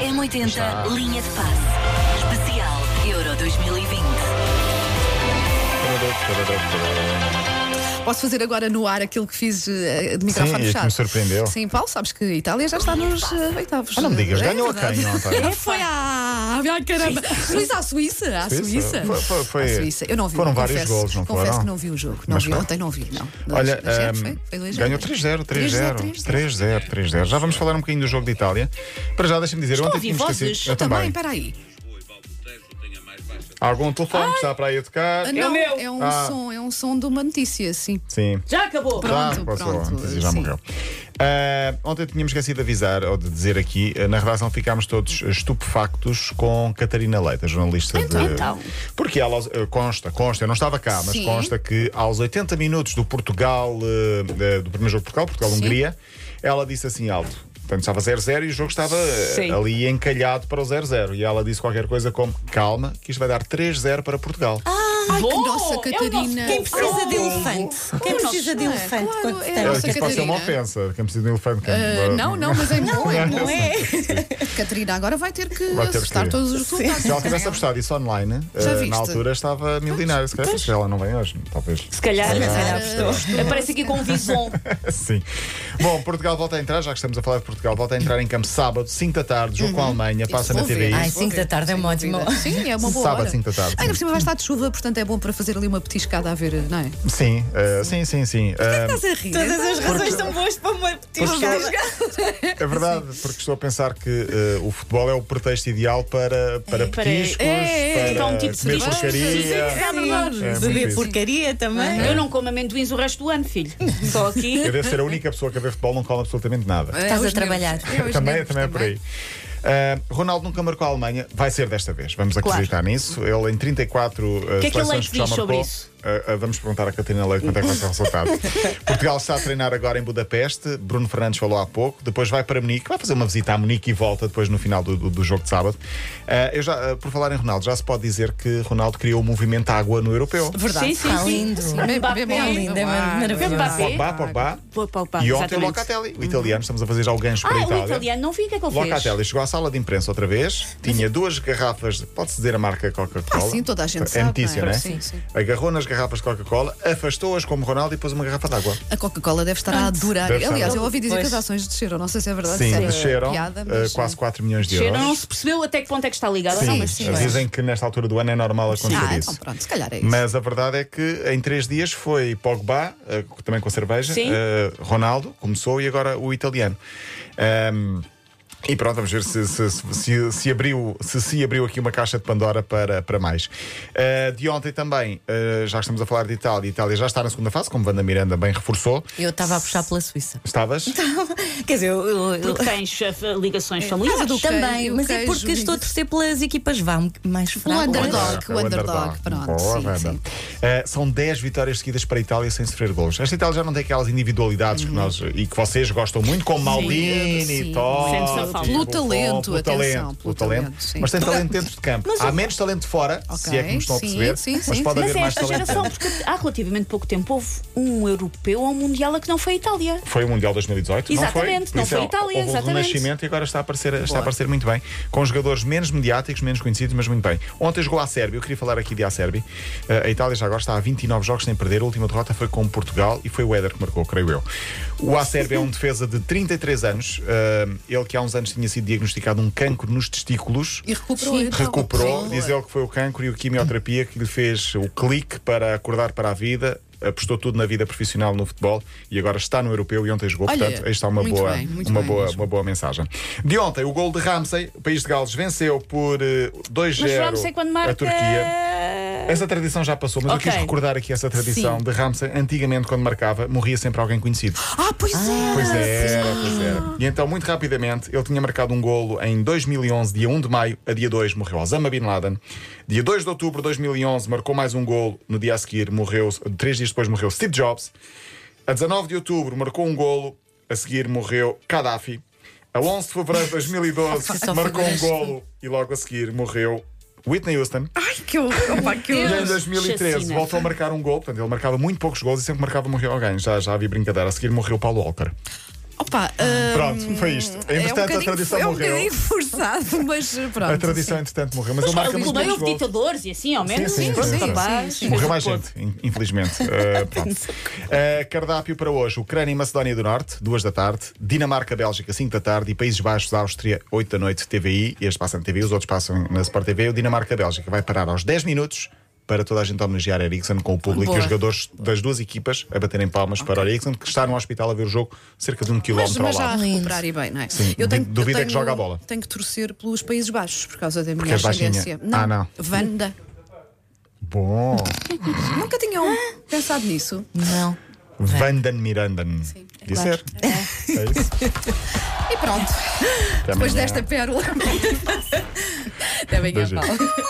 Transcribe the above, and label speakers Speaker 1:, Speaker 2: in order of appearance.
Speaker 1: M80
Speaker 2: Já.
Speaker 1: Linha de Passe. Especial Euro 2020.
Speaker 3: Posso fazer agora no ar aquilo que fiz eh, de microfone
Speaker 2: Sim, e que
Speaker 3: fechado?
Speaker 2: me surpreendeu.
Speaker 3: Sim, Paulo, sabes que a Itália já está nos eh, oitavos.
Speaker 2: Ah, não me digas,
Speaker 3: É
Speaker 2: ganhou a
Speaker 3: verdade.
Speaker 2: quem ontem?
Speaker 3: É, foi à. Ai, caramba! Suíça à Suíça! À
Speaker 2: Suíça?
Speaker 3: Suíça!
Speaker 2: Foi- foi- foi-
Speaker 3: À Suíça. Eu não vi
Speaker 2: foram
Speaker 3: confesso,
Speaker 2: vários golos, não
Speaker 3: Confesso
Speaker 2: foram?
Speaker 3: que não vi o jogo. Não
Speaker 2: Mas
Speaker 3: vi,
Speaker 2: foi.
Speaker 3: ontem não vi, não. Dois-
Speaker 2: Olha,
Speaker 3: dois zero,
Speaker 2: ahm,
Speaker 3: foi? Foi dois zero,
Speaker 2: ganhou
Speaker 3: não
Speaker 2: 3-0,
Speaker 3: é? 3-0,
Speaker 2: 3-0, 3-0, 3-0. Já vamos falar um bocadinho do jogo de Itália. Para já, deixa-me dizer,
Speaker 1: Estou a
Speaker 2: ontem
Speaker 1: ouvir
Speaker 2: tínhamos
Speaker 1: vozes.
Speaker 2: esquecido. Eu
Speaker 3: Eu também,
Speaker 2: também.
Speaker 3: peraí.
Speaker 2: Há Algum telefone que está para aí a tocar?
Speaker 3: Ah, não,
Speaker 4: meu.
Speaker 3: é um
Speaker 2: Ah.
Speaker 3: som, é um som de uma notícia, sim.
Speaker 2: Sim.
Speaker 4: Já acabou!
Speaker 3: Pronto,
Speaker 2: já Tá, passou,
Speaker 3: pronto,
Speaker 2: antes e já
Speaker 3: sim.
Speaker 2: morreu. Ah, ontem tínhamos esquecido de avisar ou de dizer aqui, ah, na redação ficámos todos estupefactos com Catarina Leite, a jornalista de.
Speaker 1: então.
Speaker 2: Porque ela ah, consta, consta, eu não estava cá, mas
Speaker 3: Sim.
Speaker 2: consta que aos 80 minutos do Portugal, ah, ah, do primeiro jogo de Portugal, Portugal-Hungria, ela disse assim alto. Portanto, estava 0-0 e o jogo estava ah,
Speaker 4: Sim.
Speaker 2: ali encalhado para o 0-0. E ela disse qualquer coisa como: calma, que isto vai dar 3-0 para Portugal.
Speaker 3: Ai, que
Speaker 4: Bom,
Speaker 3: nossa
Speaker 4: é o
Speaker 3: Catarina!
Speaker 4: nosso tempo.
Speaker 5: Quem precisa de elefante? Quem precisa de elefante?
Speaker 3: Claro,
Speaker 5: quando
Speaker 3: é
Speaker 5: se
Speaker 3: a
Speaker 5: tem?
Speaker 3: nossa
Speaker 2: que isto pode ser uma
Speaker 3: Catarina.
Speaker 2: ofensa, que é preciso de um elefante. que-
Speaker 3: Ah, não, não, mas é bom, é bom.
Speaker 5: Não é?
Speaker 3: Catarina agora vai ter que
Speaker 2: Vai ter que
Speaker 3: acertar
Speaker 2: ter.
Speaker 3: todos os resultados.
Speaker 2: Se ela tivesse apostado isso online,
Speaker 3: Já
Speaker 2: eh,
Speaker 3: viste?
Speaker 2: na altura estava milionária. Se calhar, se ela não vem hoje, talvez.
Speaker 4: Se calhar, eh,
Speaker 5: calhar
Speaker 4: aparece aqui com um vison.
Speaker 2: Sim. Bom, Portugal volta a entrar, já que estamos a falar de Portugal, volta a entrar em campo sábado, 5 da tarde, jogo com a Alemanha, passa na
Speaker 3: Uhum. vou ver.
Speaker 2: TVI.
Speaker 5: Ai, 5 da tarde é uma ótima. hora.
Speaker 3: Sim, é uma boa
Speaker 2: Sábado,
Speaker 3: hora.
Speaker 2: cinco da tarde,
Speaker 3: Ainda por
Speaker 2: sim.
Speaker 3: cima vai estar de chuva, portanto é bom para fazer ali uma petiscada a ver, não é?
Speaker 2: Sim, eh, sim, sim, sim. Eh,
Speaker 3: Estás a rir. É,
Speaker 5: Todas as razões são boas para uma petiscada.
Speaker 2: é verdade, porque estou a pensar que eh, o futebol é o pretexto ideal para, para
Speaker 4: para-
Speaker 2: petiscos,
Speaker 3: é, é,
Speaker 2: para
Speaker 4: é um tipo de
Speaker 2: comer
Speaker 4: petiscos.
Speaker 2: porcaria.
Speaker 3: É verdade.
Speaker 2: É muito
Speaker 5: Beber
Speaker 2: isso.
Speaker 5: porcaria também.
Speaker 4: Eu não como amendoins o resto do ano, filho. Só
Speaker 2: Eu
Speaker 4: aqui.
Speaker 2: devo ser a única pessoa que a ver futebol não cola absolutamente nada.
Speaker 3: É,
Speaker 5: Estás a
Speaker 3: os
Speaker 5: trabalhar.
Speaker 3: nervos. É, os
Speaker 2: também,
Speaker 3: nervos
Speaker 2: também é por aí. Ah, Ronaldo nunca marcou a Alemanha, vai ser desta vez, vamos acreditar nisso. Ele em 34 uh,
Speaker 4: que é que a
Speaker 2: seleções
Speaker 4: Leite
Speaker 2: já
Speaker 4: diz sobre
Speaker 2: marcou.
Speaker 4: isso?
Speaker 2: Ah, ah, vamos perguntar à Catarina Leite quanto é que vai ser o resultado. Portugal está a treinar agora em Budapeste, Bruno Fernandes falou há pouco, depois vai para Munique, vai fazer uma visita a Munique e volta depois no final do, do- do jogo de sábado. Ah, eu já, ah, por falar em Ronaldo, já se pode dizer que Ronaldo criou o movimento água no europeu.
Speaker 5: É Verdade.
Speaker 4: Sim, sim,
Speaker 5: Está
Speaker 4: sim.
Speaker 5: lindo. é
Speaker 4: Sim.
Speaker 3: Bem, bem, bem,
Speaker 4: Ah,
Speaker 3: bem,
Speaker 5: linda,
Speaker 3: bem,
Speaker 5: maravilhosa.
Speaker 3: bem, bem, bem.
Speaker 2: Pogba, Pogba.
Speaker 4: Pô, pá, pá,
Speaker 2: E ontem o
Speaker 4: exatamente.
Speaker 2: Locatelli, o italiano, estamos a fazer já o gancho para a
Speaker 4: Ah, o
Speaker 2: Itália.
Speaker 4: italiano não vi o que é que ele fez.
Speaker 2: Locatelli chegou à sala de imprensa outra vez, tinha duas garrafas, de- pode-se dizer a marca Coca-Cola.
Speaker 3: Ah, sim, toda a gente
Speaker 2: é
Speaker 3: sabe,
Speaker 2: notícia,
Speaker 3: não é?
Speaker 2: né?
Speaker 3: Sim, sim.
Speaker 2: Agarrou nas garrafas de Coca-Cola, afastou-as como Ronaldo e pôs uma garrafa de água.
Speaker 3: A Coca-Cola deve estar a adorar.
Speaker 2: Deve estar.
Speaker 3: Aliás, eu ouvi dizer que
Speaker 5: Pois.
Speaker 3: as ações desceram. Não sei se é verdade.
Speaker 2: Sim,
Speaker 3: se é
Speaker 2: desceram
Speaker 3: piada,
Speaker 2: eh,
Speaker 3: mas,
Speaker 2: quase 4 milhões de
Speaker 4: Cheira,
Speaker 2: euros.
Speaker 4: não se percebeu até que ponto é que está ligado.
Speaker 2: Sim,
Speaker 4: Não,
Speaker 3: mas sim, mas-
Speaker 2: dizem que nesta altura do ano é normal acontecer
Speaker 3: Ah,
Speaker 2: isso.
Speaker 3: então pronto, se calhar é isso.
Speaker 2: Mas a verdade é que em três dias foi Pogba, eh, também com a cerveja,
Speaker 4: Sim.
Speaker 2: eh, Ronaldo, começou, e agora o italiano. Ahm, e pronto, vamos ver se se, se- se- se abriu, se se abriu aqui uma caixa de Pandora para, para mais. Ah, de ontem também, ah, já que estamos a falar de Itália, Itália já está na segunda fase, como Wanda Miranda bem reforçou.
Speaker 5: Eu estava a puxar pela Suíça.
Speaker 2: Estavas?
Speaker 5: Quer dizer, eu. eu- eu-
Speaker 4: Porque tens eh,
Speaker 5: Ah,
Speaker 4: ligações
Speaker 3: Casa
Speaker 4: familiares.
Speaker 3: do-
Speaker 5: Também,
Speaker 3: queijo,
Speaker 5: mas é
Speaker 3: queijo,
Speaker 5: porque
Speaker 3: vinho.
Speaker 5: estou a torcer pelas equipas vá um- mais
Speaker 3: O
Speaker 5: fracas.
Speaker 3: underdog, o
Speaker 2: É O
Speaker 3: underdog, pronto.
Speaker 2: Boa,
Speaker 3: sim,
Speaker 2: Wanda.
Speaker 3: sim.
Speaker 2: Eh, são 10 vitórias seguidas para a Itália sem sofrer gols. Esta Itália já não tem aquelas individualidades que nós, e que vocês gostam muito, como Maldini
Speaker 3: Uhum. sim.
Speaker 2: e tal.
Speaker 4: Sente-se a falta.
Speaker 3: Pelo talento,
Speaker 2: pelo
Speaker 3: atenção,
Speaker 2: talento,
Speaker 3: pelo
Speaker 2: pelo
Speaker 3: talento,
Speaker 2: talento.
Speaker 3: sim.
Speaker 2: Mas tem talento dentro de campo. Há menos talento fora, se é que me estão a
Speaker 3: sim,
Speaker 2: perceber.
Speaker 3: sim,
Speaker 2: mas
Speaker 3: sim,
Speaker 2: pode
Speaker 3: sim.
Speaker 2: haver
Speaker 4: Mas é
Speaker 2: mais
Speaker 4: esta
Speaker 2: talento.
Speaker 4: geração,
Speaker 2: dentro.
Speaker 4: porque há relativamente pouco tempo houve um europeu ou um mundial a que não foi a Itália.
Speaker 2: Foi o Mundial 2018,
Speaker 4: Exatamente,
Speaker 2: não foi?
Speaker 4: não
Speaker 2: Isso
Speaker 4: foi
Speaker 2: é,
Speaker 4: Itália,
Speaker 2: houve um
Speaker 4: exatamente.
Speaker 2: renascimento e agora está a, aparecer, está a aparecer muito bem, com jogadores menos mediáticos, menos conhecidos, mas muito bem. Ontem jogou a Sérvia, eu queria falar aqui de a Sérvia. Eh, a Itália já agora está a 29 jogos sem perder, a última derrota foi com Portugal e foi o Éder que marcou, creio eu. O a Sérvia é um defesa de 33 anos, eh, ele que há uns anos tinha sido diagnosticado um cancro nos testículos.
Speaker 3: E recuperou. então.
Speaker 2: Recuperou,
Speaker 3: Sim.
Speaker 2: diz ele que foi o cancro e o quimioterapia que lhe fez o clique para acordar para a vida. Apostou tudo na vida profissional no futebol e agora está no europeu e ontem jogou.
Speaker 3: Olha,
Speaker 2: Portanto, aí está uma,
Speaker 3: muito
Speaker 2: boa,
Speaker 3: bem, muito
Speaker 2: uma,
Speaker 3: bem
Speaker 2: boa,
Speaker 3: mesmo.
Speaker 2: uma boa mensagem. De ontem, o gol de Ramsey, o país de Gales, venceu por eh, 2-0
Speaker 4: Mas vamos sei quando marca.
Speaker 2: a Turquia. Essa tradição já passou, mas
Speaker 4: Ok.
Speaker 2: eu quis recordar aqui essa tradição de Ramsey. Antigamente, quando marcava, morria sempre alguém conhecido.
Speaker 3: Ah, pois é.
Speaker 2: Pois é, pois é. E então, muito rapidamente, ele tinha marcado um golo em 2011, dia 1 de maio, a dia 2 morreu Osama Bin Laden. Dia 2 de outubro de 2011 marcou mais um golo, no dia a seguir morreu, três dias depois morreu Steve Jobs. A 19 de outubro marcou um golo, a seguir morreu Gaddafi. A 11 de fevereiro de 2012
Speaker 5: Só
Speaker 2: marcou um
Speaker 5: figuras.
Speaker 2: golo e logo a seguir morreu Whitney Houston.
Speaker 3: Ai, que horror. Opa, que
Speaker 2: E
Speaker 3: horror.
Speaker 2: em 2013
Speaker 4: Chacina.
Speaker 2: voltou a marcar um gol, portanto ele marcava muito poucos gols e sempre marcava morreu alguém. Já, já havia brincadeira. A seguir morreu Paulo Walker.
Speaker 3: Opa, ah,
Speaker 2: Pronto, foi isto.
Speaker 3: é um
Speaker 2: Entretanto, a
Speaker 3: bocadinho-
Speaker 2: tradição
Speaker 3: É um
Speaker 2: morreu.
Speaker 3: bocadinho forçado, mas eh, pronto.
Speaker 2: A tradição, entretanto, morreu. Mas ele
Speaker 4: Mas
Speaker 2: marca
Speaker 4: pelo
Speaker 2: muito
Speaker 4: meio
Speaker 2: bem
Speaker 4: houve ditadores e assim, ao menos.
Speaker 2: sim,
Speaker 4: Pronto,
Speaker 2: sim, sim.
Speaker 4: rapaz.
Speaker 2: Morreu mais gente, in- infelizmente. Uh, pronto. Uh, cardápio para hoje: Ucrânia e Macedónia do Norte, 2 da tarde, Dinamarca, Bélgica, 5 da tarde e Países Baixos, Áustria, 8 da noite, TVI. Este passa na TV, os outros passam na Sport TV. O Dinamarca, Bélgica vai parar aos 10 minutos. Para toda a gente homenagear Eriksen com o público e
Speaker 3: Boa.
Speaker 2: os jogadores das duas equipas a baterem palmas para o Eriksen, que está no hospital a ver o jogo cerca de um
Speaker 3: Mas,
Speaker 2: quilómetro
Speaker 3: mas
Speaker 2: ao
Speaker 3: já a
Speaker 2: lado.
Speaker 3: recuperar e bem, não é?
Speaker 2: Sim, du- duvido é que joga a bola.
Speaker 3: Tenho que torcer pelos Países Baixos por causa da minha
Speaker 2: és baixinha.
Speaker 3: ascendência.
Speaker 2: Ah, não.
Speaker 3: Vanda.
Speaker 2: Bom,
Speaker 3: Nunca tinham pensado nisso.
Speaker 5: Não.
Speaker 2: Vanden Miranden. Dizer. É isso.
Speaker 3: E pronto,
Speaker 2: Até
Speaker 3: depois
Speaker 2: amanhã.
Speaker 3: desta pérola. Até bem,
Speaker 2: Beijinho.
Speaker 3: Paulo.